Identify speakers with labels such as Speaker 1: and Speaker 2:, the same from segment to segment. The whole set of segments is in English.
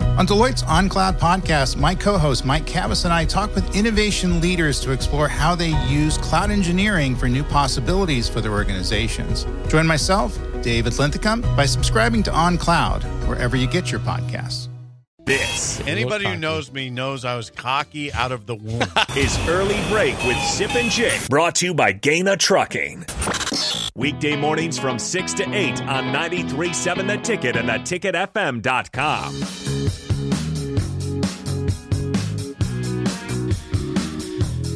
Speaker 1: On Deloitte's OnCloud podcast, my co host Mike Cavus and I talk with innovation leaders to explore how they use cloud engineering for new possibilities for their organizations. Join myself, David Linthicum, by subscribing to OnCloud, wherever you get your podcasts.
Speaker 2: This
Speaker 3: Anybody who knows me knows I was cocky out of the womb.
Speaker 2: is Early Break with Sip and Jake,
Speaker 4: Brought to you by Gaina Trucking.
Speaker 2: weekday mornings from 6 to 8 on 93.7 The Ticket and theticketfm.com.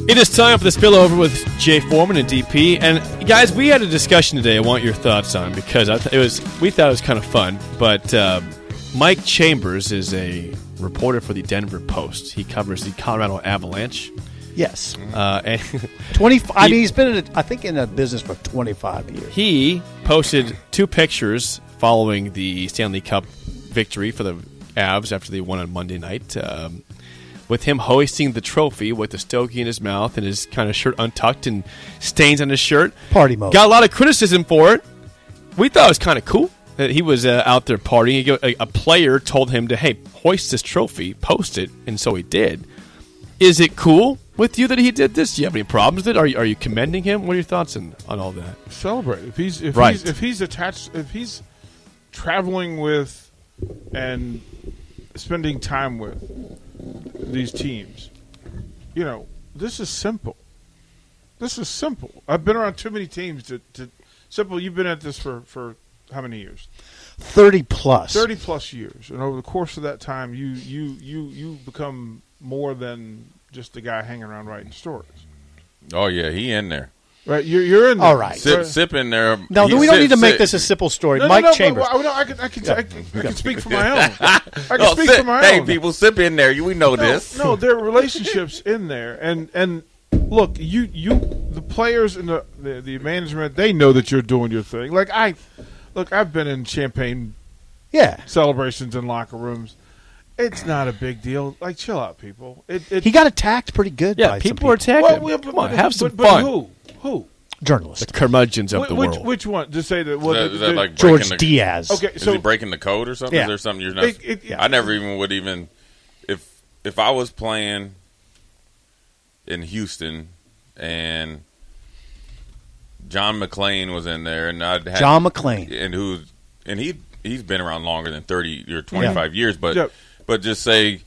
Speaker 5: It is time for the spillover with Jay Foreman and DP. And guys, we had a discussion today. I want your thoughts on because I th- it was we thought it was kind of fun. But uh, Mike Chambers is a reporter for the Denver Post. He covers the Colorado Avalanche.
Speaker 6: Yes,
Speaker 5: Uh, and
Speaker 6: twenty. I
Speaker 5: He-
Speaker 6: mean, he's been in, a, I think, in a business for twenty five years.
Speaker 5: he posted two pictures following the Stanley Cup victory for the Avs after they won on Monday night. Um, with him hoisting the trophy with the stogie in his mouth and his kind of shirt untucked and stains on his shirt.
Speaker 6: Party mode.
Speaker 5: Got a lot of criticism for it. We thought it was kind of cool that he was uh, out there partying. He go- A, a player told him to, hey, hoist this trophy, post it, and so he did. Is it cool with you that he did this? Do you have any problems with it? Are you, are you commending him? What are your thoughts on, on all that?
Speaker 7: celebrate. If he's if
Speaker 5: Right.
Speaker 7: he's if he's attached if he's traveling with and spending time with these teams, you know, this is simple. This is simple. I've been around too many teams to, to simple. You've been at this for for how many years?
Speaker 6: Thirty plus.
Speaker 7: Thirty plus years, and over the course of that time, you you you you become more than just the guy hanging around writing stories.
Speaker 8: Oh yeah, he in there.
Speaker 7: Right, you're you're in.
Speaker 6: All right.
Speaker 8: Sip, sip in there.
Speaker 6: No,
Speaker 8: He-
Speaker 6: we don't
Speaker 8: sip,
Speaker 6: need to make
Speaker 8: sip.
Speaker 6: this a simple story.
Speaker 7: No,
Speaker 6: Mike
Speaker 7: no, no,
Speaker 6: Chambers.
Speaker 7: But, but, no, I can, I can, I can, I can speak for my own. I can
Speaker 8: No,
Speaker 7: speak
Speaker 8: sip.
Speaker 7: for my
Speaker 8: Oh, hey,
Speaker 7: own.
Speaker 8: people, sip in there. You- We know
Speaker 7: no,
Speaker 8: this.
Speaker 7: no, there are relationships in there, and and look, you you the players and the, the the management they know that you're doing your thing. Like I, look, I've been in champagne
Speaker 6: yeah,
Speaker 7: celebrations in locker rooms. It's not a big deal. Like, chill out, people. It, it
Speaker 6: he got attacked pretty good. by
Speaker 5: Yeah,
Speaker 6: some
Speaker 5: people are attacking
Speaker 7: Well,
Speaker 5: him.
Speaker 7: well,
Speaker 5: Come
Speaker 7: but-
Speaker 5: on, have
Speaker 7: but-
Speaker 5: some
Speaker 7: but
Speaker 5: fun.
Speaker 7: Who? Who?
Speaker 5: The
Speaker 6: journalist
Speaker 5: curmudgeons of
Speaker 7: Wh-
Speaker 5: the
Speaker 7: which,
Speaker 5: world.
Speaker 7: which one? To say that?
Speaker 8: Is
Speaker 7: Well,
Speaker 8: that, is that like
Speaker 6: George
Speaker 8: breaking the,
Speaker 6: Diaz.
Speaker 7: okay,
Speaker 8: Is
Speaker 7: so
Speaker 8: he breaking the code or something?
Speaker 6: Yeah.
Speaker 8: Is there something you're not?
Speaker 7: It- it- yeah.
Speaker 8: I never even would even if if I was playing in Houston and John McClain was in there and I'd had
Speaker 6: John McClain.
Speaker 8: and who's and he he's been around longer than thirty or twenty five years, but
Speaker 7: Yeah.
Speaker 8: but just say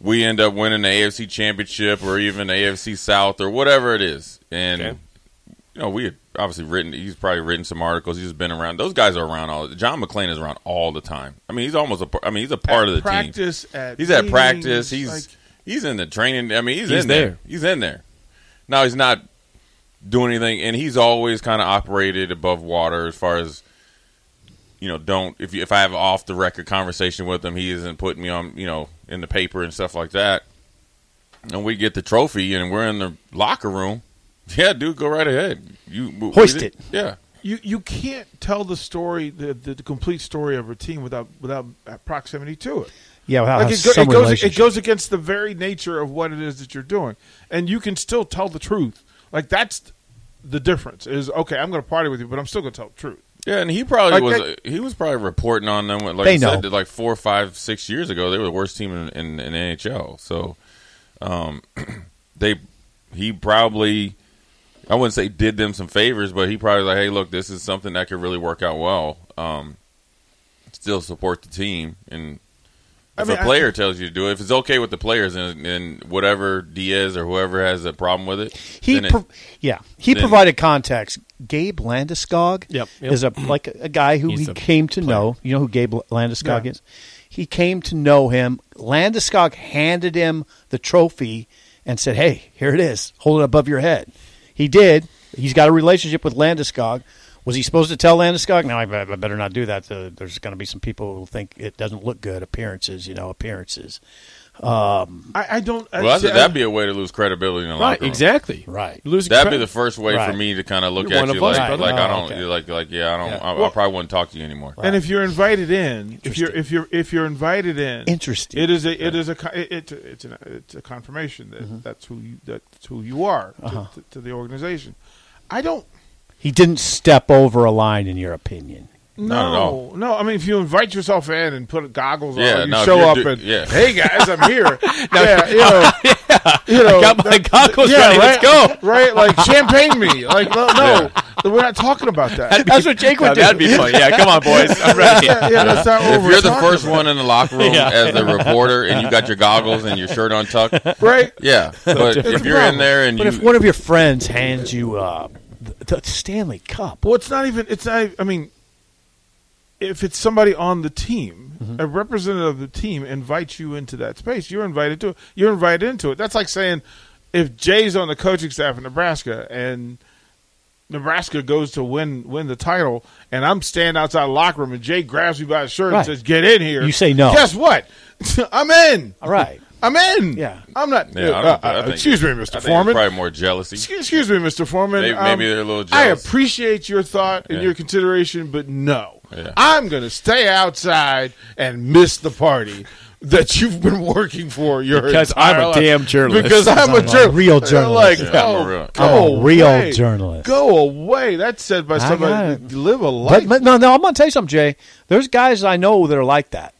Speaker 8: we end up winning the AFC Championship or even the AFC South or whatever it is, and
Speaker 5: Okay.
Speaker 8: you know we had obviously written. He's probably written some articles. He's been around. Those guys are around all. John McClain is around all the time. I mean, he's almost a. par- I mean, he's a
Speaker 7: at
Speaker 8: part of the team.
Speaker 7: practice at
Speaker 8: He's at
Speaker 7: meetings,
Speaker 8: practice. He's
Speaker 7: like-
Speaker 8: he's in the training. I mean, he's,
Speaker 5: He's
Speaker 8: in there.
Speaker 5: there.
Speaker 8: He's in there. Now he's not doing anything, and he's always kind of operated above water as far as you know. Don't if you, if I have off the record conversation with him, he isn't putting me on you know in the paper and stuff like that. And we get the trophy, and we're in the locker room. Yeah, dude, go right ahead. You we- we
Speaker 6: Hoist
Speaker 8: did-
Speaker 6: it.
Speaker 8: Yeah,
Speaker 7: you you can't tell the story the, the, the complete story of a team without without proximity to it.
Speaker 6: Yeah, without
Speaker 7: Like
Speaker 6: having
Speaker 7: it, go-
Speaker 6: Ah, some
Speaker 7: it goes it
Speaker 6: relationship.
Speaker 7: goes against the very nature of what it is that you're doing, and you can still tell the truth. Like that's the difference. Is okay, I'm going to party with you, but I'm still going to tell the truth.
Speaker 8: yeah. And he probably
Speaker 7: Like
Speaker 8: was
Speaker 7: that-
Speaker 8: he was probably reporting on them. Like
Speaker 6: They
Speaker 8: I
Speaker 6: know.
Speaker 8: said, like four, five, six years ago, they were the worst team in, in, in NHL. So, um, they he probably I wouldn't say did them some favors, but he probably like, hey, look, this is something that could really work out well. Um, still support the team, and
Speaker 7: I
Speaker 8: if
Speaker 7: mean,
Speaker 8: a
Speaker 7: I-
Speaker 8: player tells you to do it, if it's okay with the players and, and whatever Diaz or whoever has a problem with it,
Speaker 6: He,
Speaker 8: then it-
Speaker 6: pro- yeah, he
Speaker 8: then-
Speaker 6: provided contacts. Gabe Landeskog
Speaker 5: Yep, yep.
Speaker 6: is a like a, a guy who
Speaker 5: He's
Speaker 6: he
Speaker 5: the
Speaker 6: came to know. You know who Gabe Landeskog is? He came to know him. Landeskog handed him the trophy and said, "Hey, here it is. Hold it above your head." He did. He's got a relationship with Landeskog. Was he supposed to tell Landeskog? No, I, I better not do that. Uh, There's going to be some people who think it doesn't look good. Appearances, you know, appearances.
Speaker 7: I, I don't. I,
Speaker 8: well, I
Speaker 7: see,
Speaker 8: said
Speaker 7: I-
Speaker 8: that'd be a way to lose credibility in the
Speaker 5: right,
Speaker 8: locker room.
Speaker 5: exactly.
Speaker 6: Right.
Speaker 5: You lose
Speaker 8: That'd
Speaker 5: cre-
Speaker 8: be the first way
Speaker 6: Right.
Speaker 8: for me to kind of look
Speaker 5: You're
Speaker 8: at
Speaker 5: one
Speaker 8: you
Speaker 5: of us,
Speaker 8: like,
Speaker 5: brother.
Speaker 8: like I
Speaker 6: Oh,
Speaker 8: don't,
Speaker 6: okay.
Speaker 8: you're like, like yeah, I don't, I, I
Speaker 7: Well-
Speaker 8: probably wouldn't talk to you anymore.
Speaker 7: And if you're invited in, if you're if you're if you're invited in,
Speaker 6: Interesting.
Speaker 7: It is a it is a co- it, it's a- it's, an, it's a confirmation that
Speaker 6: Mm-hmm.
Speaker 7: that's who you that's who you are to,
Speaker 6: Uh-huh.
Speaker 7: to, to the organization. I don't
Speaker 6: He didn't step over a line, in your opinion.
Speaker 7: No,
Speaker 8: Not at all.
Speaker 7: no. I mean, if you invite yourself in and put goggles
Speaker 8: Yeah,
Speaker 7: on, you
Speaker 8: no, if
Speaker 7: show
Speaker 8: you're
Speaker 7: up
Speaker 8: do-
Speaker 7: and
Speaker 8: yeah.
Speaker 7: hey guys, I'm here. yeah, you know, you know,
Speaker 5: got my goggles ready, let's
Speaker 7: right, go. Right, like champagne me. Like no, no we're not talking about that.
Speaker 5: That's what Jake would do. That'd be fun. Yeah, come on, boys. I'm ready.
Speaker 7: yeah, yeah, that's not what
Speaker 8: If
Speaker 7: we're
Speaker 8: you're the
Speaker 7: talking
Speaker 8: first
Speaker 7: about.
Speaker 8: one in the locker room
Speaker 5: Yeah.
Speaker 8: as the reporter and you got your goggles and your shirt untucked,
Speaker 7: right?
Speaker 8: yeah. But if you're in there and
Speaker 6: But
Speaker 8: you,
Speaker 6: if one of your friends hands you uh, the, the Stanley Cup,
Speaker 7: Well, it's not even. It's not. I mean, if it's somebody on the team,
Speaker 6: Mm-hmm.
Speaker 7: a representative of the team invites you into that space. You're invited to. it. You're invited into it. That's like saying if Jay's on the coaching staff in Nebraska and Nebraska goes to win win the title, and I'm standing outside the locker room, and Jay grabs me by the shirt
Speaker 6: Right.
Speaker 7: and says, "Get in here."
Speaker 6: You say no.
Speaker 7: Guess what? I'm in.
Speaker 6: all right.
Speaker 7: I'm in.
Speaker 6: Yeah.
Speaker 7: I'm not.
Speaker 8: Yeah, I don't-
Speaker 7: uh,
Speaker 8: I
Speaker 7: uh,
Speaker 8: think-
Speaker 7: excuse me,
Speaker 8: I
Speaker 7: Mr.
Speaker 8: think it's
Speaker 7: Foreman.
Speaker 8: probably more jealousy.
Speaker 7: Excuse, excuse me, Mr. Foreman. Um,
Speaker 8: Maybe- maybe they're a little
Speaker 7: I
Speaker 8: jealous.
Speaker 7: appreciate your thought and
Speaker 8: Yeah.
Speaker 7: your consideration, but no.
Speaker 8: Yeah.
Speaker 7: I'm going to stay outside and miss the party that you've been working for your
Speaker 5: Because
Speaker 7: entire
Speaker 5: I'm a
Speaker 7: life.
Speaker 5: damn journalist.
Speaker 7: Because I'm, a,
Speaker 6: I'm a
Speaker 7: jour-
Speaker 6: real
Speaker 7: They're
Speaker 6: journalist.
Speaker 7: Like,
Speaker 8: Yeah, I'm a
Speaker 7: oh,
Speaker 8: real-
Speaker 6: I'm
Speaker 7: go
Speaker 6: a real
Speaker 7: away.
Speaker 6: journalist.
Speaker 7: Go away. That's said by
Speaker 6: I got
Speaker 7: somebody.
Speaker 6: it.
Speaker 7: Live a
Speaker 6: But,
Speaker 7: life.
Speaker 6: but no, no, I'm going to tell you something, Jay. There's guys I know that are like that,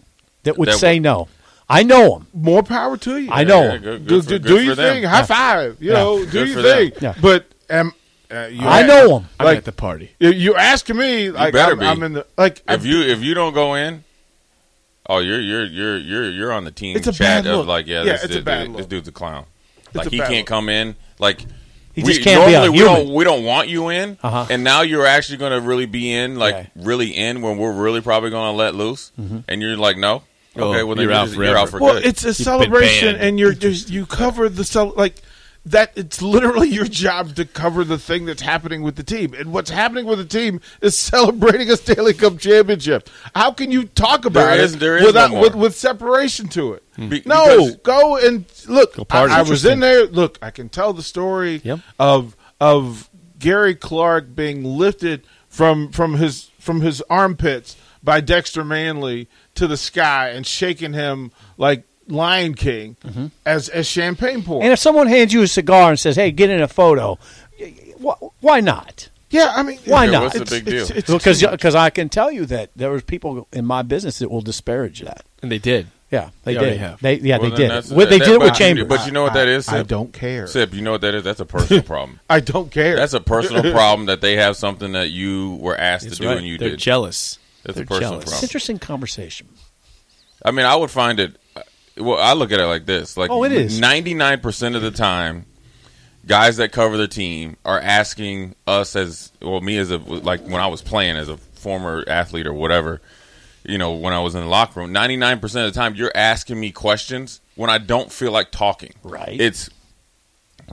Speaker 6: that would
Speaker 8: That
Speaker 6: say
Speaker 8: would-
Speaker 6: no. I know them.
Speaker 7: More power to you.
Speaker 6: I know.
Speaker 8: Yeah, good, good
Speaker 7: do
Speaker 8: for-
Speaker 7: do,
Speaker 8: good
Speaker 7: do
Speaker 8: for
Speaker 7: your
Speaker 8: them.
Speaker 7: thing. High five. You know, do
Speaker 8: Good
Speaker 7: your
Speaker 8: for them.
Speaker 7: thing.
Speaker 6: Yeah.
Speaker 7: But um, uh, you
Speaker 6: I
Speaker 7: ha-
Speaker 6: know 'em.
Speaker 5: I'm
Speaker 7: Like,
Speaker 5: at the party.
Speaker 7: you- you asking me, like,
Speaker 8: better
Speaker 7: I'm,
Speaker 8: be.
Speaker 7: I'm in the like. I'm-
Speaker 8: If you if you don't go in, oh, you're you're you're you're you're on the team
Speaker 7: It's a
Speaker 8: chat
Speaker 7: bad
Speaker 8: of
Speaker 7: look.
Speaker 8: like, yeah,
Speaker 7: Yeah,
Speaker 8: this,
Speaker 7: it's a
Speaker 8: dude,
Speaker 7: bad
Speaker 8: this
Speaker 7: look.
Speaker 8: dude's a clown. Like
Speaker 7: a
Speaker 8: he
Speaker 7: bad
Speaker 8: can't
Speaker 7: look.
Speaker 8: come in. Like
Speaker 6: He just can't be a
Speaker 8: normally we
Speaker 6: human.
Speaker 8: don't we don't want you in,
Speaker 6: Uh-huh.
Speaker 8: and now you're actually going to really be in, like
Speaker 6: Yeah.
Speaker 8: really in when we're really probably going to let loose,
Speaker 6: Mm-hmm.
Speaker 8: and you're like, no,
Speaker 6: Oh,
Speaker 8: okay, well then
Speaker 5: you're
Speaker 8: you're,
Speaker 5: out
Speaker 8: just- you're out for
Speaker 7: well,
Speaker 8: good.
Speaker 7: it's a celebration,
Speaker 5: banned.
Speaker 7: and you're just you cover the cel- like that. It's literally your job to cover the thing that's happening with the team, and what's happening with the team is celebrating a Stanley Cup championship. How can you talk about
Speaker 8: There
Speaker 7: it
Speaker 8: is- there is no
Speaker 7: without
Speaker 8: more.
Speaker 7: with, with separation to it?
Speaker 8: Be-
Speaker 7: No,
Speaker 8: because-
Speaker 7: go and look.
Speaker 5: party.
Speaker 7: I, I was in there. Look, I can tell the story
Speaker 6: Yep.
Speaker 7: of of Gary Clark being lifted from from his from his armpits by Dexter Manley to the sky and shaking him like Lion King
Speaker 8: Mm-hmm.
Speaker 7: as as champagne poured.
Speaker 6: And if someone hands you a cigar and says, hey, get in a photo, wh- why not?
Speaker 7: yeah, I mean,
Speaker 6: Why
Speaker 8: Yeah,
Speaker 6: not?
Speaker 8: What's the big deal?
Speaker 7: It's, it's,
Speaker 6: Because because I can tell you that there was people in my business that will disparage that.
Speaker 5: And they did.
Speaker 6: Yeah, they,
Speaker 5: They already
Speaker 6: did.
Speaker 5: have.
Speaker 6: They yeah,
Speaker 8: Well,
Speaker 6: they
Speaker 8: then
Speaker 6: did.
Speaker 8: that's-
Speaker 6: it. What they
Speaker 8: that-
Speaker 6: did it
Speaker 8: but
Speaker 6: with
Speaker 8: you-
Speaker 6: Chambers.
Speaker 8: But you know what that is?
Speaker 7: I
Speaker 8: Sip?
Speaker 7: don't care.
Speaker 8: Sip, you know what that is? That's a personal problem.
Speaker 7: I don't care.
Speaker 8: That's a personal problem that they have something that you were asked to do and you
Speaker 5: They're
Speaker 8: did.
Speaker 5: jealous.
Speaker 8: That's
Speaker 5: They're
Speaker 8: a personal
Speaker 5: jealous.
Speaker 6: It's
Speaker 8: problem.
Speaker 6: interesting conversation.
Speaker 8: I mean, I would find it. Well, I look at it like this: like,
Speaker 6: Oh, it is.
Speaker 8: ninety-nine percent of the time, guys that cover their team are asking us as well, me as a like when I was playing as a former athlete or whatever. You know, when I was in the locker room, ninety-nine percent of the time, you're asking me questions when I don't feel like talking.
Speaker 6: Right.
Speaker 8: It's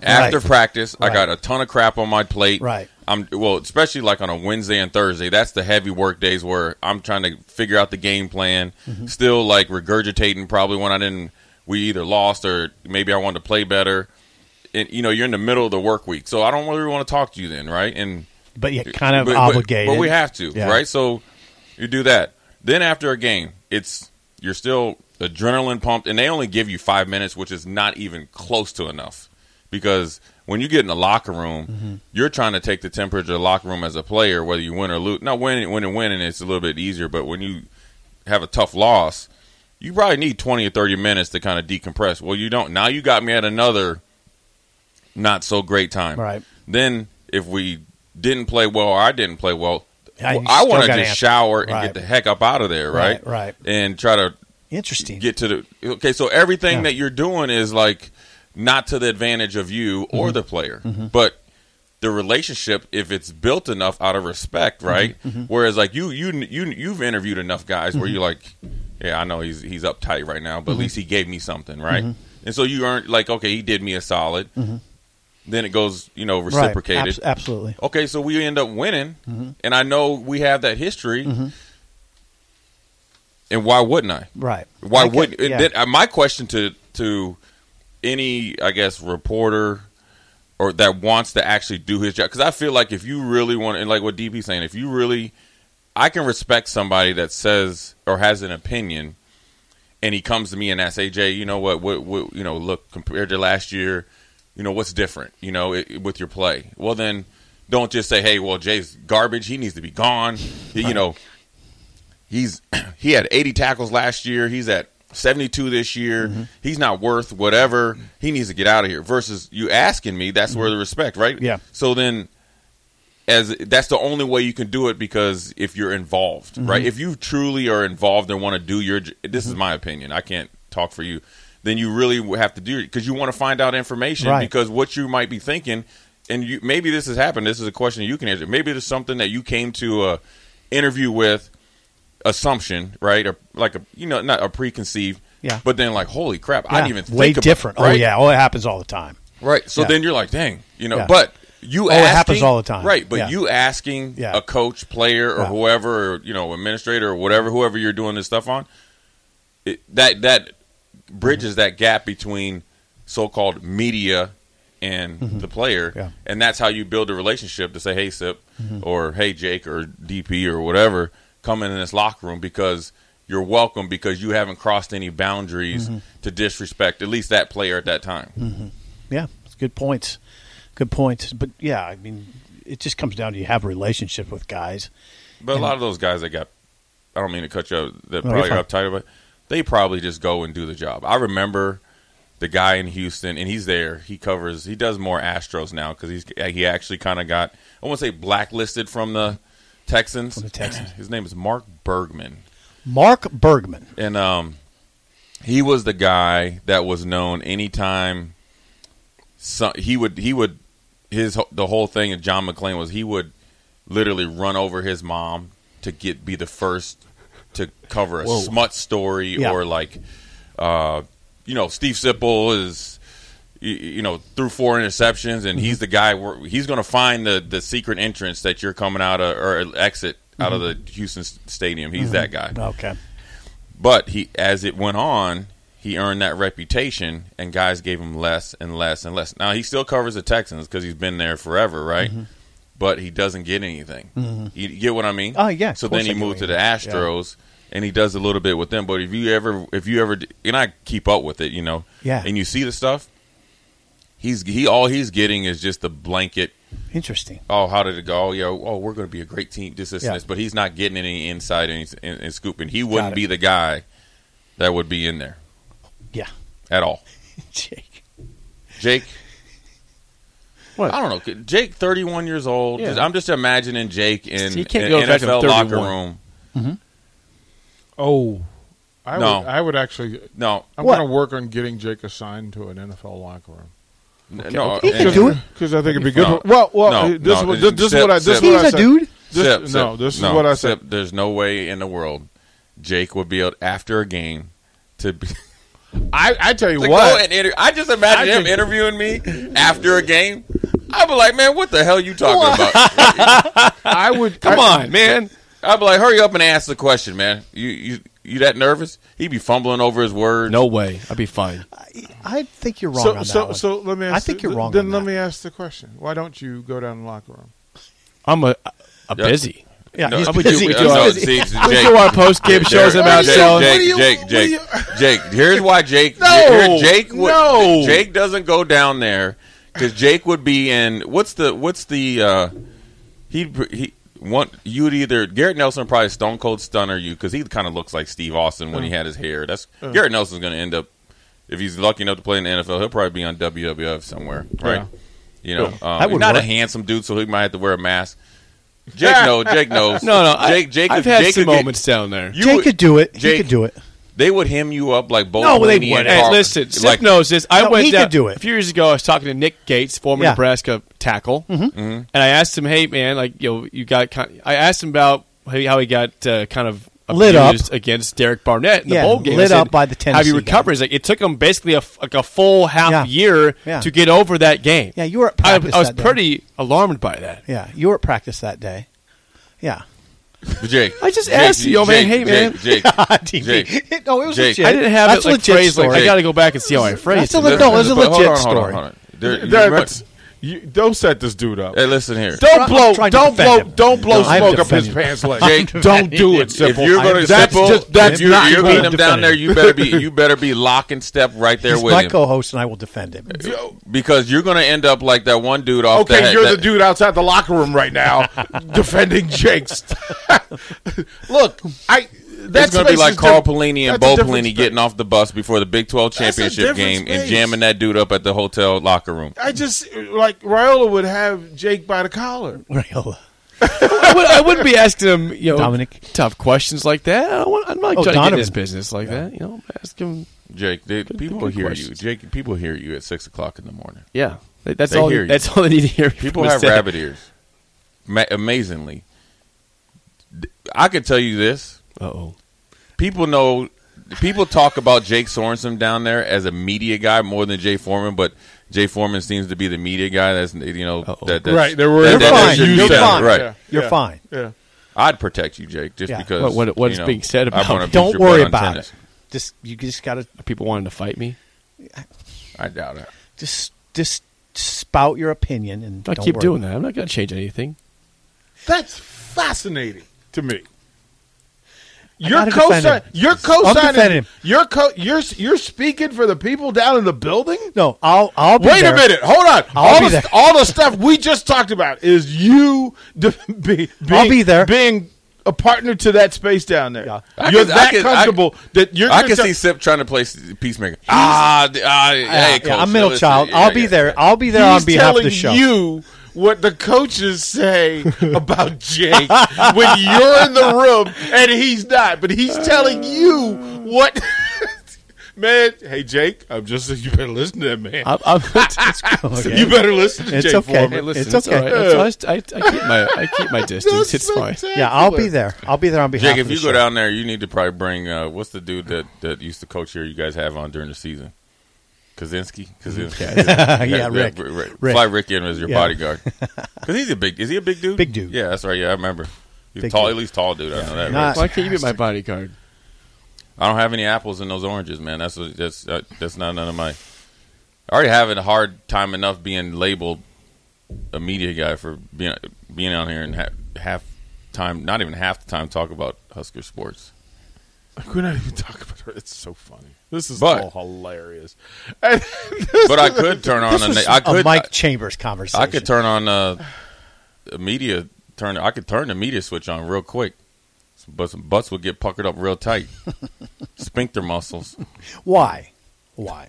Speaker 8: after
Speaker 6: Right.
Speaker 8: practice.
Speaker 6: Right.
Speaker 8: I got a ton of crap on my plate.
Speaker 6: Right.
Speaker 8: I'm well, especially like on a Wednesday and Thursday. That's the heavy work days where I'm trying to figure out the game plan. Still like regurgitating probably when I didn't. We either lost or maybe I wanted to play better. And you know you're in the middle of the work week, so I don't really want to talk to you then, right? And
Speaker 6: But you're kind of
Speaker 8: but- but-
Speaker 6: obligated.
Speaker 8: But, we have to,
Speaker 6: Yeah.
Speaker 8: right? So you do that. Then after a game, it's you're still adrenaline pumped, and they only give you five minutes, which is not even close to enough. Because when you get in the locker room,
Speaker 6: Mm-hmm.
Speaker 8: you're trying to take the temperature of the locker room as a player, whether you win or lose. Now, winning, winning, winning, it's a little bit easier. But when you have a tough loss, you probably need twenty or thirty minutes to kind of decompress. Well, you don't. Now you got me at another not so great time.
Speaker 6: Right.
Speaker 8: Then if we didn't play well or I didn't play well,
Speaker 6: Yeah, you
Speaker 8: well, I
Speaker 6: still
Speaker 8: want to
Speaker 6: gotta
Speaker 8: just
Speaker 6: answer.
Speaker 8: shower and
Speaker 6: Right.
Speaker 8: get the heck up out of there, right?
Speaker 6: Right, right.
Speaker 8: And try to
Speaker 6: Interesting.
Speaker 8: get to the okay. So everything
Speaker 6: Yeah.
Speaker 8: that you're doing is like not to the advantage of you or
Speaker 6: Mm-hmm.
Speaker 8: the player, but the relationship, if it's built enough out of
Speaker 6: Mm-hmm.
Speaker 8: respect, right? Whereas like you you you you've interviewed enough guys
Speaker 6: Mm-hmm.
Speaker 8: where you're like, yeah, I know he's he's uptight right now, but at least he gave me something, right?
Speaker 6: Mm-hmm.
Speaker 8: And so you aren't like okay, he did me a solid. Then it goes, you know,
Speaker 6: Right.
Speaker 8: reciprocated.
Speaker 6: Abs- Mm-hmm. absolutely.
Speaker 8: Okay, so we end up winning, and I know we have that history.
Speaker 6: Mm-hmm.
Speaker 8: And why wouldn't I?
Speaker 6: Right.
Speaker 8: Why
Speaker 6: I get-
Speaker 8: would
Speaker 6: yeah.
Speaker 8: then, uh, my question to to any I guess reporter or that wants to actually do his job because I feel like if you really want and like what DP saying if you really I can respect somebody that says or has an opinion and he comes to me and asks hey Jay you know what what, what you know look compared to last year you know what's different you know it, with your play well then don't just say hey well Jay's garbage he needs to be gone you know he's he had 80 tackles last year. He's at 72 this year. He's not worth whatever. He needs to get out of here. Versus you asking me, that's where the respect, right?
Speaker 6: Yeah.
Speaker 8: So then as that's the only way you can do it because if you're involved,
Speaker 6: Mm-hmm.
Speaker 8: right? If you truly are involved and want to do your j- this is my opinion. I can't talk for you. Then you really have to do it because you want to find out information
Speaker 6: Right.
Speaker 8: because what you might be thinking and you maybe this has happened. This is a question you can answer. Maybe there's something that you came to a interview with assumption, right? Or like a you know, not a preconceived
Speaker 6: Yeah.
Speaker 8: But then, like, holy crap! I
Speaker 6: Yeah.
Speaker 8: didn't even think
Speaker 6: way
Speaker 8: about-
Speaker 6: different.
Speaker 8: right?
Speaker 6: Oh yeah, oh it happens all the time.
Speaker 8: Right. So
Speaker 6: Yeah.
Speaker 8: then you're like, dang, you know,
Speaker 6: Yeah. Oh,
Speaker 8: but you
Speaker 6: it
Speaker 8: asking,
Speaker 6: happens all the time.
Speaker 8: Right, but
Speaker 6: Yeah.
Speaker 8: you asking
Speaker 6: Yeah.
Speaker 8: a coach, player, or
Speaker 6: Yeah.
Speaker 8: whoever, or you know, administrator or whatever, whoever you're doing this stuff on, it, that that bridges that gap between so-called media and the player,
Speaker 6: Mm-hmm. Yeah. Mm-hmm.
Speaker 8: and that's how you build a relationship to say, "Hey, Sip," or "Hey, Jake," or DP, or whatever. Come in this locker room because you're welcome because you haven't crossed any boundaries
Speaker 6: Mm-hmm.
Speaker 8: to disrespect at least that player at that time.
Speaker 6: Yeah, it's good points. Good points. But yeah, I mean, it just comes down to you have a relationship with guys.
Speaker 8: But a lot of those guys that got, I don't mean to cut you up, that
Speaker 6: No, you're
Speaker 8: probably
Speaker 6: fine.
Speaker 8: got uptight, but they probably just go and do the job. I remember the guy in Houston, and he's there. He covers, he does more Astros now because he's uh, he actually kind of got, I won't say blacklisted from the Texans. From
Speaker 6: the Texans.
Speaker 8: His name is Mark Bergman,
Speaker 6: Mark Bergman.
Speaker 8: and um, he was the guy that was known anytime. So he would he would his ho- the whole thing of John McClain was he would literally run over his mom to get be the first to cover a smut story
Speaker 6: Yeah.
Speaker 8: or like uh you know Steve Sipple is y- you know threw four interceptions and he's the guy where he's going to find the the secret entrance that you're coming out of or exit out of the Houston s- stadium he's that guy
Speaker 6: Okay.
Speaker 8: but he, as it went on, he earned that reputation, and guys gave him less and less and less. Now he still covers the Texans because he's been there forever, right?
Speaker 6: Mm-hmm.
Speaker 8: But he doesn't get anything. You you get what I mean?
Speaker 6: Oh, yeah, of
Speaker 8: So
Speaker 6: course
Speaker 8: then
Speaker 6: I
Speaker 8: he
Speaker 6: get
Speaker 8: moved to
Speaker 6: what
Speaker 8: the
Speaker 6: you mean. Yeah.
Speaker 8: Astros, and he does a little bit with them. But if you ever, if you ever, d- and I keep up with it, you know,
Speaker 6: Yeah.
Speaker 8: and you see the stuff. He's he all he's getting is just the blanket.
Speaker 6: Interesting.
Speaker 8: Oh, how did it go? Oh, yeah. Oh, we're going to be a great team. This, this,
Speaker 6: Yeah.
Speaker 8: and this. But he's not getting any insight and, and, and scoop, and he wouldn't be the guy that would be in there
Speaker 6: Yeah.
Speaker 8: at all.
Speaker 6: Jake.
Speaker 8: Jake,
Speaker 5: What?
Speaker 8: I don't know. Could- Jake, thirty-one years old.
Speaker 5: Yeah.
Speaker 8: Just- I'm just imagining Jake in
Speaker 5: He can't
Speaker 8: an
Speaker 5: go back to
Speaker 8: NFL locker
Speaker 5: 31.
Speaker 8: room.
Speaker 7: Oh, I
Speaker 8: No.
Speaker 7: would. I would actually.
Speaker 8: No,
Speaker 7: I'm
Speaker 6: What?
Speaker 7: going to work on getting Jake assigned to an NFL locker room.
Speaker 8: no. uh,
Speaker 6: He can
Speaker 8: and-
Speaker 6: do it.
Speaker 7: because I think it'd be good.
Speaker 8: No.
Speaker 7: for- well, well, uh,
Speaker 8: No,
Speaker 7: this,
Speaker 8: no,
Speaker 7: was- this, this is what I. This
Speaker 8: Sip,
Speaker 7: is what
Speaker 6: He's
Speaker 7: I
Speaker 6: a
Speaker 7: said.
Speaker 6: dude.
Speaker 7: This,
Speaker 8: Sip, Sip,
Speaker 7: no, this
Speaker 8: no,
Speaker 7: is what I
Speaker 8: Sip,
Speaker 7: said.
Speaker 8: there's no way in the world Jake would be out after a game to be.
Speaker 7: I, I tell you
Speaker 8: to go
Speaker 7: what.
Speaker 8: and inter- I just imagine
Speaker 7: I
Speaker 8: him
Speaker 7: think-
Speaker 8: interviewing me after a game. I'd be like, man, what the hell you talking about?
Speaker 7: I would.
Speaker 5: Come
Speaker 7: I-
Speaker 5: on, man.
Speaker 8: I'd be like, hurry up and ask the question, man. You you you that nervous? He'd be fumbling over his words.
Speaker 5: No way. I'd be fine.
Speaker 6: I think you're wrong
Speaker 7: So,
Speaker 6: on that
Speaker 7: so,
Speaker 6: one.
Speaker 7: so let me. Ask
Speaker 6: I think
Speaker 7: the-
Speaker 6: you're wrong
Speaker 7: Then
Speaker 6: on
Speaker 7: let
Speaker 6: that.
Speaker 7: me ask the question. Why don't you go down to the locker room?
Speaker 5: I'm a, a
Speaker 8: Yeah.
Speaker 5: busy.
Speaker 6: Yeah,
Speaker 8: No,
Speaker 6: he's
Speaker 8: we
Speaker 6: busy.
Speaker 8: do- we
Speaker 6: He's
Speaker 8: do our-
Speaker 6: busy.
Speaker 8: see, it's
Speaker 5: We
Speaker 8: Jake.
Speaker 5: do our post game shows
Speaker 8: Jake,
Speaker 5: about
Speaker 8: Jake,
Speaker 5: selling.
Speaker 8: Jake,
Speaker 7: you-
Speaker 8: Jake,
Speaker 7: what do
Speaker 8: Jake, Jake. Here's why Jake.
Speaker 5: No,
Speaker 8: here- Jake. Would,
Speaker 5: no.
Speaker 8: Jake doesn't go down there because Jake would be in. What's the what's the uh, he he want you would either Garrett Nelson would probably Stone Cold Stunner you because he kind of looks like Steve Austin
Speaker 7: Uh.
Speaker 8: when he had his hair. That's Garrett Nelson's going to end up if he's lucky enough to play in the NFL. He'll probably be on WWF somewhere, right? You know, um, he's
Speaker 6: would
Speaker 8: not
Speaker 6: work.
Speaker 8: a handsome dude, so he might have to wear a mask. Jake knows. Jake knows.
Speaker 5: No, no. I,
Speaker 8: Jake. Jake.
Speaker 5: I've
Speaker 8: if
Speaker 5: had
Speaker 8: Jake
Speaker 5: some
Speaker 8: could get-
Speaker 5: moments down there.
Speaker 8: you
Speaker 6: Jake
Speaker 8: would-
Speaker 6: could do it.
Speaker 8: Jake-
Speaker 6: he could do it.
Speaker 8: They would hem you up like both.
Speaker 5: Hey, listen, Sip knows this. I
Speaker 6: No,
Speaker 5: went
Speaker 6: he
Speaker 5: down,
Speaker 6: could do it.
Speaker 5: a few years ago. I was talking to Nick Gates, former
Speaker 6: Yeah. Mm-hmm.
Speaker 5: Nebraska tackle, and I asked him, "Hey, man, like you, know, you got." Kind I asked him about how how he got uh, kind of
Speaker 6: Lit up.
Speaker 5: abused against Derek Barnett in
Speaker 6: Yeah,
Speaker 5: the bowl game. I
Speaker 6: lit
Speaker 5: said,
Speaker 6: up by the
Speaker 5: Have
Speaker 6: Tennessee
Speaker 5: you recovered? He's like, it took him basically a, f- like a full half
Speaker 6: Yeah.
Speaker 5: year
Speaker 6: Yeah.
Speaker 5: to get over that game.
Speaker 6: Yeah, you were at
Speaker 5: I, I
Speaker 6: practice
Speaker 5: was
Speaker 6: that day.
Speaker 5: pretty alarmed by that.
Speaker 6: Yeah, you were at practice that day. Yeah.
Speaker 8: Jake.
Speaker 5: I just asked you, yo, man, hey, man.
Speaker 8: Jake, Jake, Jake.
Speaker 6: no, it was
Speaker 8: Jake.
Speaker 6: legit.
Speaker 5: I didn't have
Speaker 6: That's
Speaker 5: it
Speaker 6: a
Speaker 5: like
Speaker 6: legit
Speaker 5: phrased like
Speaker 6: story.
Speaker 5: I got to go back and see how I phrased.
Speaker 6: That's a
Speaker 5: it.
Speaker 6: le- no, it was a
Speaker 8: But hold
Speaker 6: legit
Speaker 8: on, hold on,
Speaker 6: story.
Speaker 8: hold on. There- you
Speaker 7: There-
Speaker 8: remember-
Speaker 7: that's- You, don't set this dude up.
Speaker 8: Hey, listen here.
Speaker 7: Don't
Speaker 6: I'm
Speaker 7: blow,
Speaker 6: trying to
Speaker 7: don't
Speaker 6: defend
Speaker 7: blow,
Speaker 6: him.
Speaker 7: don't blow
Speaker 6: No, I'm
Speaker 7: smoke up his
Speaker 6: defending
Speaker 7: pants leg.
Speaker 8: Jake,
Speaker 7: don't do it,
Speaker 8: If
Speaker 7: simple.
Speaker 8: you're going to
Speaker 7: that's
Speaker 8: simple,
Speaker 7: just, that's
Speaker 8: if you're,
Speaker 7: not
Speaker 8: you're
Speaker 7: good.
Speaker 8: beating him down there, you better be you better be lock and step right there
Speaker 6: He's
Speaker 8: with
Speaker 6: my
Speaker 8: him
Speaker 6: co-host, and I will defend him.
Speaker 8: because you're going to end up like that one dude off
Speaker 7: Okay,
Speaker 8: the head.
Speaker 7: you're
Speaker 8: that,
Speaker 7: the dude outside the locker room right now defending Jake's. Look, I. That's
Speaker 8: it's going to be like Carl Pelini and Bo Pelini
Speaker 7: Polini
Speaker 8: getting off the bus before the Big 12
Speaker 7: That's a
Speaker 8: championship
Speaker 7: different
Speaker 8: game and
Speaker 7: space.
Speaker 8: jamming that dude up at the hotel locker room.
Speaker 7: I just like Raiola would have Jake by the collar.
Speaker 6: Rayola.
Speaker 5: I, would, I wouldn't be asking him, you know,
Speaker 6: Dominic.
Speaker 5: tough questions like that. I don't want, I'm not
Speaker 6: Oh,
Speaker 5: trying to get in his
Speaker 6: Donovan.
Speaker 5: business like that. You know, ask him.
Speaker 8: Jake, they, people
Speaker 5: good
Speaker 8: hear you.
Speaker 5: questions.
Speaker 8: Jake, people hear you at six o'clock in the morning.
Speaker 5: Yeah, That- that's
Speaker 8: They
Speaker 5: all.
Speaker 8: hear you.
Speaker 5: That's all they need to hear.
Speaker 8: People
Speaker 5: from is
Speaker 8: have
Speaker 5: that.
Speaker 8: rabbit ears. Ma- amazingly, D- I could tell you this:
Speaker 5: Uh-oh.
Speaker 8: people know. People talk about Jake Sorensen down there as a media guy more than Jay Foreman, but Jay Foreman seems to be the media guy. That's you know
Speaker 5: Uh-oh.
Speaker 8: that, that's,
Speaker 7: Right, they're
Speaker 6: You're
Speaker 7: worried
Speaker 8: that- that- that
Speaker 6: fine.
Speaker 8: should be
Speaker 6: You're
Speaker 8: done.
Speaker 6: fine.
Speaker 8: Right,
Speaker 7: Yeah.
Speaker 6: You're fine.
Speaker 7: Yeah.
Speaker 8: I'd protect you, Jake, just
Speaker 6: Yeah.
Speaker 8: because
Speaker 5: What- what- what
Speaker 8: you
Speaker 5: is
Speaker 8: know,
Speaker 5: being said
Speaker 8: I
Speaker 5: about
Speaker 8: wanna
Speaker 5: it?
Speaker 8: beat
Speaker 6: Don't
Speaker 8: your
Speaker 6: worry
Speaker 8: butt on
Speaker 6: about
Speaker 8: tennis.
Speaker 6: it. Just you just gotta
Speaker 5: Are people wanting to fight me?
Speaker 8: I doubt it.
Speaker 6: just just spout your opinion and
Speaker 5: I
Speaker 6: don't
Speaker 5: keep
Speaker 6: worry.
Speaker 5: doing that. I'm not going to change anything.
Speaker 7: That's fascinating to me.
Speaker 6: I
Speaker 7: You're
Speaker 6: gotta
Speaker 7: co
Speaker 6: defend
Speaker 7: signing.
Speaker 6: him.
Speaker 7: You're
Speaker 6: I'll
Speaker 7: co
Speaker 6: defend
Speaker 7: signing.
Speaker 6: him.
Speaker 7: You're co. You're you're speaking for the people down in the building.
Speaker 6: No, I'll I'll be
Speaker 7: Wait
Speaker 6: there.
Speaker 7: a minute. Hold on.
Speaker 6: I'll
Speaker 7: all
Speaker 6: be
Speaker 7: the
Speaker 6: there.
Speaker 7: all the stuff we just talked about is you de- be, being,
Speaker 6: I'll be there.
Speaker 7: being a partner to that space down there.
Speaker 6: Yeah.
Speaker 8: I
Speaker 7: You're
Speaker 8: can- I
Speaker 7: that
Speaker 8: can- I-
Speaker 7: comfortable that you're.
Speaker 8: I
Speaker 7: gonna
Speaker 8: can
Speaker 7: tell-
Speaker 8: see Sip trying to play peacemaker. Ah, d- ah
Speaker 6: Yeah,
Speaker 8: hey, coach,
Speaker 6: yeah, I'm middle
Speaker 8: listen,
Speaker 6: child.
Speaker 8: yeah,
Speaker 6: I'll be
Speaker 8: yeah.
Speaker 6: there. I'll be there
Speaker 7: He's
Speaker 6: on behalf of
Speaker 7: telling
Speaker 6: the show.
Speaker 7: you what the coaches say about Jake when you're in the room and he's not, but he's telling you what. man, hey Jake, I'm just you better listen to that man.
Speaker 5: I'm, I'm, it's,
Speaker 6: Okay.
Speaker 7: You better listen to
Speaker 6: It's
Speaker 7: Jake
Speaker 6: okay.
Speaker 7: Foreman.
Speaker 5: hey, listen,
Speaker 6: It's
Speaker 5: it's, all
Speaker 6: okay.
Speaker 5: right. That's- I, I keep my I keep my distance. It's fine.
Speaker 6: yeah, I'll be there. I'll be there on behalf
Speaker 8: Jake,
Speaker 6: of
Speaker 8: if
Speaker 6: the
Speaker 8: you
Speaker 6: show.
Speaker 8: go down there, you need to probably bring uh, what's the dude that, that used to coach here? You guys have on during the season, Kaczynski. Kaczynski. yeah,
Speaker 6: Rick.
Speaker 8: Rick,
Speaker 6: Rick.
Speaker 8: Fly Rick in as your
Speaker 6: Yeah.
Speaker 8: bodyguard because he's a big. Is he a big dude?
Speaker 6: Big dude.
Speaker 8: Yeah, that's right. Yeah, I remember. He's
Speaker 6: Big
Speaker 8: tall,
Speaker 6: dude.
Speaker 8: at least tall dude. I know that.
Speaker 6: Not-
Speaker 8: Rick.
Speaker 5: Why can't you be my bodyguard?
Speaker 8: I don't have any apples in those oranges, man. That's what, that's uh, that's not none of my. I already having a hard time enough being labeled a media guy for being being out here and ha- half time, not even half the time, talk about Husker sports.
Speaker 7: We're not even talking about her. It's so funny. This is
Speaker 8: But-
Speaker 7: all hilarious.
Speaker 8: But I could turn on
Speaker 6: This
Speaker 8: a,
Speaker 6: was
Speaker 8: na- I
Speaker 6: a
Speaker 8: could
Speaker 6: Mike Chambers conversation.
Speaker 8: I, I could turn on uh, a media turn. I could turn the media switch on real quick, but some butts would get puckered up real tight, sphincter muscles.
Speaker 6: Why? Why?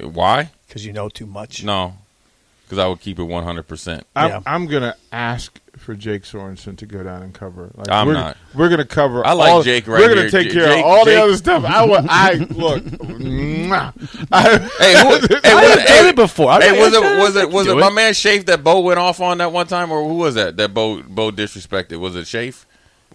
Speaker 8: Why?
Speaker 6: Because you know too much.
Speaker 8: No, because I would keep it one hundred percent.
Speaker 7: I'm,
Speaker 6: Yeah.
Speaker 7: I'm gonna ask for Jake Sorensen to go down and cover. Like,
Speaker 8: I'm
Speaker 7: we're,
Speaker 8: not.
Speaker 7: We're gonna cover.
Speaker 8: I like
Speaker 7: all-
Speaker 8: Jake right
Speaker 7: We're gonna
Speaker 8: here.
Speaker 7: take
Speaker 8: J-
Speaker 7: care
Speaker 8: Jake-
Speaker 7: of all
Speaker 8: Jake-
Speaker 7: the other stuff. I wa- I look. mwah. I,
Speaker 8: Hey, who, hey,
Speaker 5: I
Speaker 8: was,
Speaker 5: haven't done
Speaker 8: hey,
Speaker 5: it before. I
Speaker 8: Hey,
Speaker 5: don't-
Speaker 8: was it
Speaker 5: I don't
Speaker 8: was
Speaker 5: think
Speaker 8: it was
Speaker 5: you
Speaker 8: it
Speaker 5: do
Speaker 8: my man Shafe that Bo went off on that one time, or who was that that Bo Bo disrespected? Was it Shafe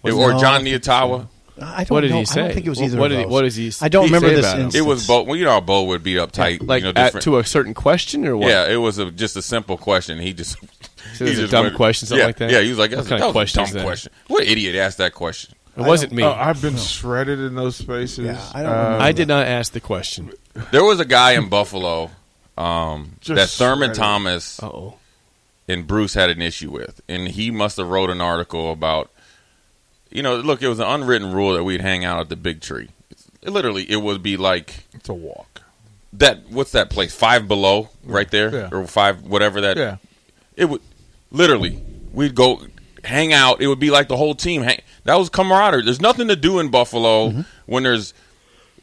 Speaker 8: It- or
Speaker 6: no,
Speaker 8: John Niatawa?
Speaker 6: I don't
Speaker 5: What did
Speaker 6: know.
Speaker 5: he say?
Speaker 6: I don't think it was
Speaker 5: What-
Speaker 6: either
Speaker 5: what
Speaker 6: of
Speaker 5: did he-
Speaker 6: those.
Speaker 5: what does he s-
Speaker 6: I don't
Speaker 5: he
Speaker 6: remember
Speaker 5: say
Speaker 6: this
Speaker 5: about him?
Speaker 6: instance.
Speaker 8: It was Bo. Well, you know, how Bo would be uptight,
Speaker 5: Like
Speaker 8: you
Speaker 5: at,
Speaker 8: know,
Speaker 5: oh
Speaker 8: different-
Speaker 5: to a certain question or what?
Speaker 8: yeah, it was a, just a simple question. He just
Speaker 5: So it was a dumb question, something
Speaker 8: yeah,
Speaker 5: like that?
Speaker 8: Yeah, he was like,
Speaker 5: What
Speaker 8: "That's
Speaker 5: kind
Speaker 8: that
Speaker 5: of
Speaker 8: was
Speaker 5: question
Speaker 8: a
Speaker 5: is
Speaker 8: dumb
Speaker 5: that?"
Speaker 8: question. What idiot asked that question?"
Speaker 5: it wasn't me.
Speaker 7: oh, I've been shredded in those spaces.
Speaker 6: Yeah, oh, I don't
Speaker 7: Uh,
Speaker 5: I did not ask the question.
Speaker 8: There was a guy in Buffalo um,
Speaker 7: Just
Speaker 8: that Thurman
Speaker 7: shredded.
Speaker 8: Thomas
Speaker 5: Uh oh.
Speaker 8: and Bruce had an issue with, and he must have wrote an article about. You know, look, it was an unwritten rule that we'd hang out at the big tree. It's, literally, it would be like
Speaker 7: It's a walk.
Speaker 8: that. What's that place? Five below, right there,
Speaker 7: Yeah.
Speaker 8: or five whatever that.
Speaker 7: Yeah.
Speaker 8: It would literally we'd go hang out. It would be like the whole team. Hang, that was camaraderie. There's nothing to do in Buffalo
Speaker 7: Mm-hmm.
Speaker 8: when there's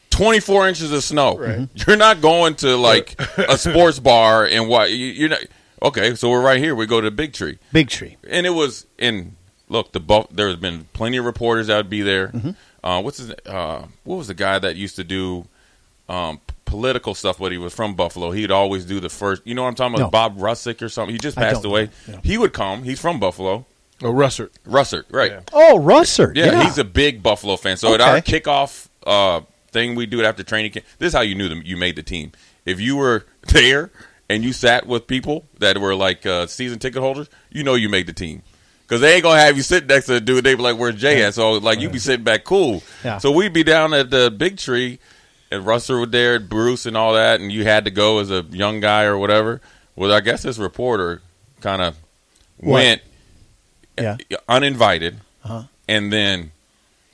Speaker 8: 24 inches of snow. You're not going to like a sports bar and what you- you're not. Okay, so we're right here. We go to Big Tree,
Speaker 6: Big Tree.
Speaker 8: and it was in. Look, the buff. There's been plenty of reporters that would be there.
Speaker 6: Mm-hmm.
Speaker 8: Uh, what's his? Uh, what was the guy that used to do um, p- political stuff? But he was from Buffalo. He'd always do the first. You know what I'm talking about?
Speaker 6: No.
Speaker 8: Bob Russick or something. He just
Speaker 6: I don't
Speaker 8: passed away.
Speaker 6: know. No.
Speaker 8: He would come. He's from Buffalo.
Speaker 7: Oh, Russert.
Speaker 8: Russert, right?
Speaker 7: Yeah.
Speaker 6: Oh, Russert.
Speaker 8: Yeah, he's a big Buffalo fan. So at our
Speaker 6: Okay.
Speaker 8: kickoff uh, thing, we do it after training camp. This is how you knew them. You made the team if you were there and you sat with people that were like uh, season ticket holders. You know you made the team because they ain't gonna have you sit next to a dude. They be like, "Where's Jay at?" So like you be sitting back cool.
Speaker 6: Yeah.
Speaker 8: So we'd be down at the big tree, and Russell was there, and Bruce, and all that, and you had to go as a young guy or whatever. Well, I guess this reporter kind of went uh,
Speaker 6: Yeah.
Speaker 8: uninvited and then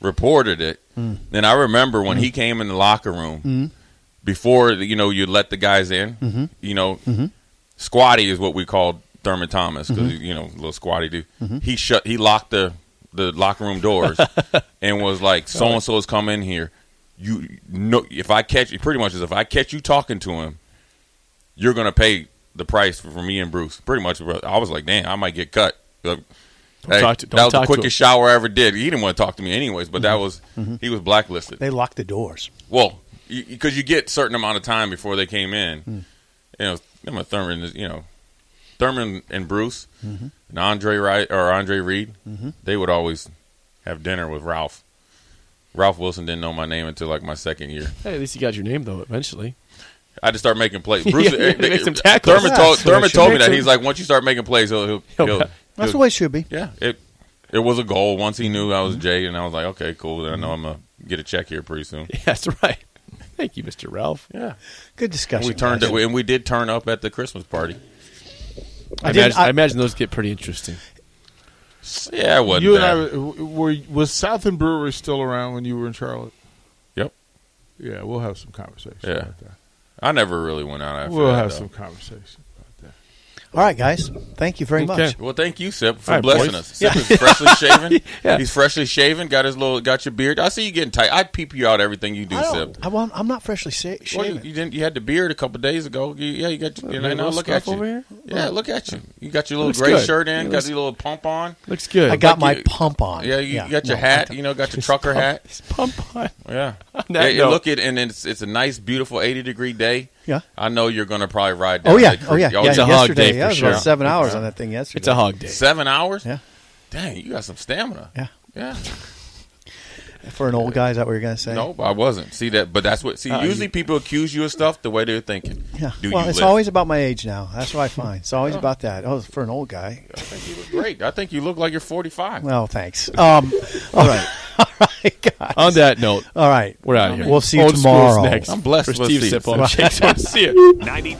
Speaker 8: reported it. Then I remember when he came in the locker room before you know you let the guys in.
Speaker 5: Mm-hmm.
Speaker 8: You know, squatty is what we called Thurman Thomas because
Speaker 5: Mm-hmm.
Speaker 8: you know little squatty dude. He shut. He locked the the locker room doors and was like, "So and so has come in here. You know, if I catch you, pretty much as if I catch you talking to him, you're gonna pay the price for, for me and Bruce. Pretty much, bro. I was like, damn, I might get cut. Like, hey,
Speaker 5: talk to- don't
Speaker 8: that
Speaker 5: talk
Speaker 8: was the
Speaker 5: to Mm-hmm.
Speaker 8: quickest shower I ever did. He didn't want to talk to me anyways, but that was he was blacklisted.
Speaker 6: They locked the doors.
Speaker 8: Well, because you, get certain amount of time before they came in. You know, I'm a Thurman. is- You know, Thurman and Bruce and Andre Wright or Andre Reed. They would always have dinner with Ralph. Ralph Wilson didn't know my name until like my second year.
Speaker 5: Hey, at least you got your name though. Eventually,
Speaker 8: I had to start making plays. Bruce, eh,
Speaker 5: Yeah, it makes him tackle.
Speaker 8: Thurman
Speaker 5: Yeah,
Speaker 8: told,
Speaker 5: so
Speaker 8: Thurman
Speaker 5: it should
Speaker 8: told me
Speaker 5: make
Speaker 8: that
Speaker 5: him-
Speaker 8: he's like, once you start making plays, he'll, he'll, he'll,
Speaker 6: That's the
Speaker 8: he'll-
Speaker 6: way it should be.
Speaker 8: yeah. It it was a goal. Once he knew I was Jay, and I was like, okay, cool. Then I know I'm gonna get a check here pretty soon.
Speaker 5: yeah, that's right. Thank you, Mr. Ralph.
Speaker 8: Yeah.
Speaker 6: Good discussion.
Speaker 8: we turned
Speaker 6: guys.
Speaker 8: it, and we did turn up at the Christmas party.
Speaker 5: I,
Speaker 6: didn't-
Speaker 5: imagine,
Speaker 6: I-
Speaker 5: I imagine those get pretty interesting.
Speaker 8: Yeah, it wasn't
Speaker 7: You and
Speaker 8: bad.
Speaker 7: I were, were was South and Brewery still around when you were in Charlotte?
Speaker 8: Yep.
Speaker 7: Yeah, we'll have some conversation
Speaker 8: Yeah.
Speaker 7: about that.
Speaker 8: I never really went out after
Speaker 7: we'll
Speaker 8: that.
Speaker 7: have
Speaker 8: though.
Speaker 7: some conversation about that.
Speaker 6: All right, guys. Thank you very
Speaker 5: Okay.
Speaker 6: much.
Speaker 8: Well, thank you, Sip, for
Speaker 5: All right,
Speaker 8: blessing
Speaker 5: boys.
Speaker 8: us. Sip is freshly shaven.
Speaker 5: Yeah.
Speaker 8: He's freshly shaven. Got his little, got your beard. I see you getting tight. I peep you out everything you do,
Speaker 6: I
Speaker 8: Sip.
Speaker 6: don't, I won't, I'm not freshly sa-
Speaker 8: Well, you,
Speaker 6: shaven.
Speaker 8: you didn't. You had the beard a couple days ago. You, yeah, you got. Your, and now
Speaker 5: little
Speaker 8: look
Speaker 5: scruff
Speaker 8: at you.
Speaker 5: over here?
Speaker 8: Yeah, look at you. You got your little
Speaker 5: Looks
Speaker 8: gray
Speaker 5: good.
Speaker 8: shirt in.
Speaker 5: It
Speaker 8: got
Speaker 5: looks-
Speaker 8: your little pump on.
Speaker 5: Looks good.
Speaker 6: I got
Speaker 8: like
Speaker 6: my
Speaker 8: you-
Speaker 6: pump on.
Speaker 8: Yeah, you, you got your
Speaker 6: no, I
Speaker 8: hat.
Speaker 6: don't.
Speaker 8: You know, got your trucker hat.
Speaker 5: It's pump on.
Speaker 8: Yeah.
Speaker 5: that
Speaker 8: yeah you
Speaker 5: note-
Speaker 8: look at and it's it's a nice, beautiful eighty degree day.
Speaker 6: Yeah.
Speaker 8: I know you're gonna probably ride. Down
Speaker 6: Oh yeah,
Speaker 8: that
Speaker 6: oh yeah,
Speaker 8: creek.
Speaker 6: yeah.
Speaker 5: It's a hog
Speaker 6: yesterday,
Speaker 5: day for
Speaker 6: yeah, it was
Speaker 5: sure.
Speaker 6: about seven hours on that thing yesterday.
Speaker 5: It's a hog day.
Speaker 8: Seven hours.
Speaker 6: Yeah.
Speaker 8: Dang, you got some stamina.
Speaker 6: Yeah.
Speaker 8: Yeah.
Speaker 6: for an old guy. Is that what you're gonna say?
Speaker 8: Nope, I wasn't. See that, but that's what. See, usually people accuse you of stuff the way they're thinking.
Speaker 6: Uh, Yeah.
Speaker 8: Do
Speaker 6: well,
Speaker 8: you
Speaker 6: it's
Speaker 8: live?
Speaker 6: always about my age now. That's what I find. It's always about that. Oh, for an old guy.
Speaker 8: I think you look great. I think you look like you're 45.
Speaker 6: Well, thanks. Um, all right, all right, guys.
Speaker 5: On that note,
Speaker 6: all right.
Speaker 5: we're out of here.
Speaker 6: We'll see you
Speaker 5: Old School's
Speaker 6: tomorrow.
Speaker 5: next.
Speaker 8: I'm blessed
Speaker 5: For
Speaker 8: with
Speaker 5: Steve
Speaker 8: seats.
Speaker 5: Sipple. I'm Jake Swan. See ya.
Speaker 2: 93.7